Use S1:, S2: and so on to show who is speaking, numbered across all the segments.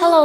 S1: Hello，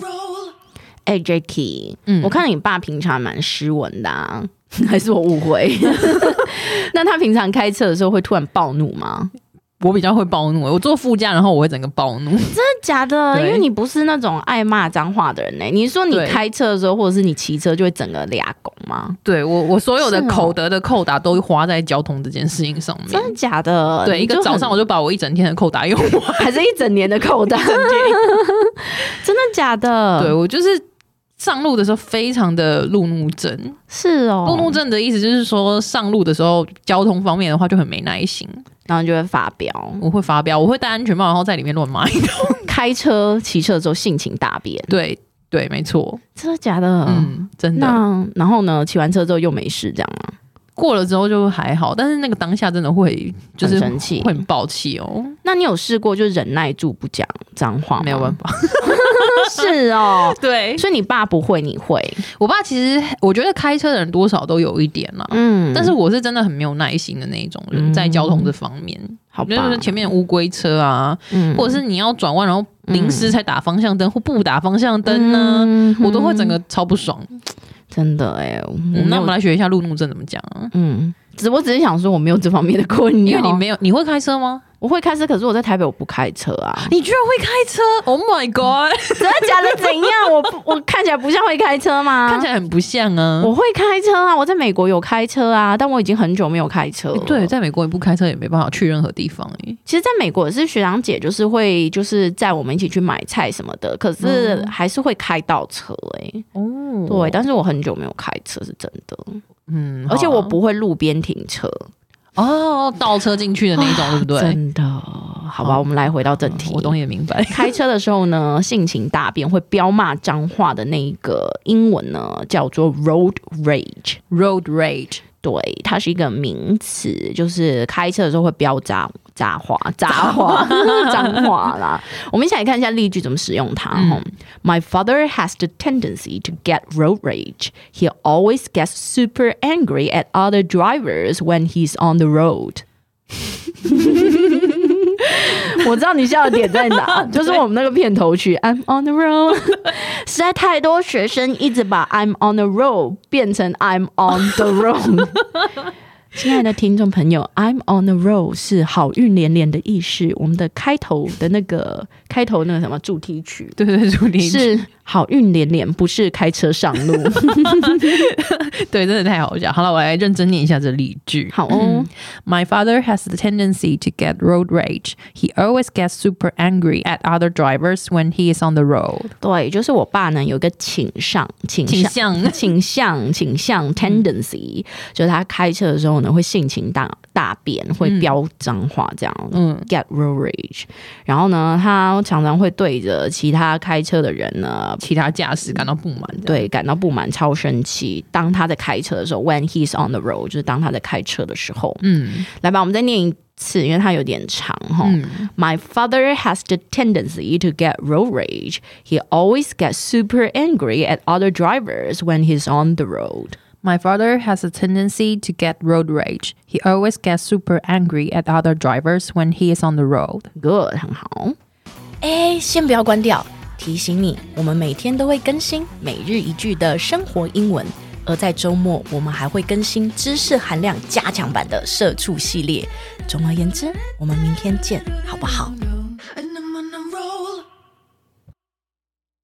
S2: roll.
S1: 哎、j a c k y 嗯，我看你爸平常蛮斯文的、啊， 还是我误 会？那他平常开车的时候会突然暴怒吗？
S3: 我比较会暴怒，我坐副驾，然后我会整个暴 怒。
S1: 真的假的？
S3: 对
S1: 因为你不是那种爱骂脏话的人呢、你说你
S3: 对
S1: 开车的时候，或者是你骑车，就会整个俩拱吗？
S3: 对我，我所有的
S1: 是哦
S3: 口德的扣打都花在交通这件事情上面
S1: 真。的假的？
S3: 对，
S1: 你
S3: 一
S1: 就
S3: 个早
S1: 很
S3: 上我就把我一整天的扣打用完。
S1: 还是一整年的扣 单，真的假的？
S3: 对，我就是上路的时候非常的路怒症。
S1: 是哦，
S3: 路怒症的意思就是说，上路的时候交通方面的话就很没耐心，
S1: 然后就会发飙。
S3: 我会发飙，我会戴安全帽，然后在里面乱 骂。
S1: 开车、骑车的时候性情大变，
S3: 对对，没错，
S1: 真的假的？
S3: 嗯，真的。
S1: 那然后呢？骑完车之后又没事，这样吗？
S3: 过了之后就还好，但是那个当下真的会就是
S1: 很生气
S3: 会很暴气哦，
S1: 那你有试过就忍耐住不讲脏话吗？
S3: 没有办
S1: 法，
S3: 法。
S1: 是哦。
S3: 对
S1: 所以你爸不会，你会，
S3: 我爸其实我觉得开车的人多少都有一点啦、
S1: 嗯
S3: 但是我是真的很没有耐心的那一种人，
S1: 嗯
S3: 在交通这方面，
S1: 好吧
S3: 就，是前面乌龟车啊，
S1: 嗯
S3: 或者是你要转弯然后临时才打方向灯、或不打方向灯呢、
S1: 嗯
S3: 我都会整个超不爽。
S1: 真的哎、我没
S3: 嗯那
S1: 有
S3: 我们来学一下路怒症怎么讲啊？
S1: 嗯，只我只是想说我没有这方面的困扰，
S3: 因为你没有，你会开车吗？，
S1: 我会开车，可是我在台北我不开车啊
S3: 你居然会开车！Oh my god，、
S1: 真的假的？怎样？我不我看起来不像会开车吗？
S3: 看起来很不像啊。
S1: 我会开车啊，我在美国有开车啊，但我已经很久没有开车了。
S3: 对，在美国你不开车也没办法去任何地方欸诶、
S1: 其实在美国也是学长姐，就是会就是载我们一起去买菜什么的，可是还是会开倒车哎、
S3: 嗯哦
S1: 对，，但是我很久没有开车，是真的，
S3: 嗯
S1: 而且我
S3: 好啊
S1: 不会路边停车，
S3: 哦，倒车进去的那一种，对不对？
S1: 啊真的。好吧，
S3: 好
S1: 我们来回到正题。
S3: 我懂也明白。
S1: 开车的时候呢，性情大变会飙骂脏话的那一个英文呢，叫做 road rage。
S3: Road rage，
S1: 对，它是一个名词，就是开车的时候会飙杂杂话、杂话、脏话啦。我们一起来看一下例句怎么使用它。哦 My father has the tendency to get road rage. He always gets super angry at other drivers when he's on the road. 我知道你笑的点在哪，就是我们那个片头曲《I'm on the road》，实在太多学生一直把 "I'm on the road" 变成 "I'm on the road"。亲爱的听众朋友，"I'm on the road" 是好运连连的意思。我们的开头的那个开头那个什么主题曲
S3: 对对对，朱莉
S1: 是好运连连，不是开车上路。
S3: 对，真的太好笑。好了，我来认真念一下这例句。
S1: 好哦，
S3: My father has the tendency to get road rage. He always gets super angry at other drivers when he is on the road.
S1: 对，就是我爸呢有一个倾向，倾
S3: 倾
S1: 向。
S3: 向
S1: 倾向嗯倾向 tendency，、就是他开车的时候呢，会性情大大变，会飙脏话这样，嗯，get road rage。然后呢，他常常会对着其他开车的人呢。
S3: 其他驾驶感到不满的。
S1: 对，感到不满、超生气。当他在开车的时候，when he's on the road，就是当他在开车的时候，
S3: 嗯
S1: 来吧，我们再念一次，因为它有点长哈。My father has the tendency to get road rage. He always gets super angry at other drivers when he's on the road.
S3: My father has a tendency to get road rage. He always gets super angry at other drivers when he is on the road.
S1: Good，很好。哎，先不要关掉，提醒你，我们每天都会更新每日一句的生活英文，而在周末我们还会更新知识含量加强版的社畜系列。总而言之，我们明天见，好不好？
S2: No,